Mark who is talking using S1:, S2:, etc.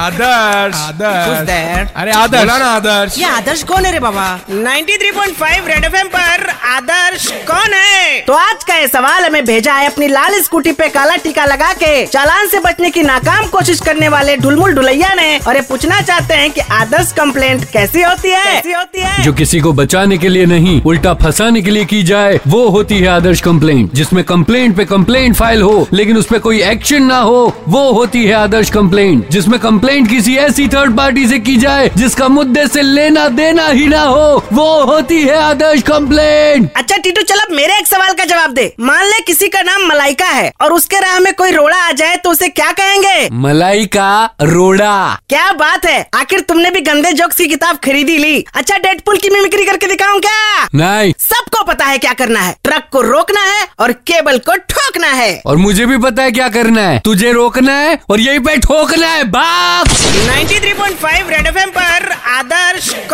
S1: Adarsh Adarsh
S2: Who's there?
S1: अरे आदर्श बोला ना आदर्श
S2: ये आदर्श कौन है रे बाबा
S3: 93.5 रेड एफएम पर आदर्श कौन है
S2: तो आज का ये सवाल हमें भेजा है अपनी लाल स्कूटी पे काला टीका लगा के चालान से बचने की नाकाम कोशिश करने वाले ढुलमुल ढुलैया ने और ये पूछना चाहते हैं कि आदर्श कंप्लेंट कैसी होती है कैसी होती है
S4: जो किसी को बचाने के लिए नहीं उल्टा फंसाने के लिए की जाए वो होती है आदर्श कंप्लेंट जिसमें कंप्लेंट पे कंप्लेंट फाइल हो लेकिन उस पे कोई एक्शन ना हो वो होती है आदर्श कंप्लेंट जिसमें कंप्लेंट किसी ऐसी थर्ड पार्टी से की जाए जिसका मुद्दे से लेना देना ही ना हो वो होती है आदर्श कंप्लेंट
S2: अच्छा टीटू चल अब मेरे एक सवाल का जवाब दे मान ले किसी का नाम मलाइका है और उसके राह में कोई रोड़ा आ जाए तो उसे क्या कहेंगे
S4: मलाइका रोड़ा
S2: क्या बात है आखिर तुमने भी गंदे जोक्स की किताब खरीदी ली अच्छा डेडपुल की मिमिक्री करके दिखाऊं क्या
S4: नहीं
S2: सबको पता है क्या करना है ट्रक को रोकना है और केबल को ठोकना है
S4: और मुझे भी पता है क्या करना है तुझे रोकना है और यही पे ठोकना है बाप
S3: 93.5 रेड एफएम पर आदर्श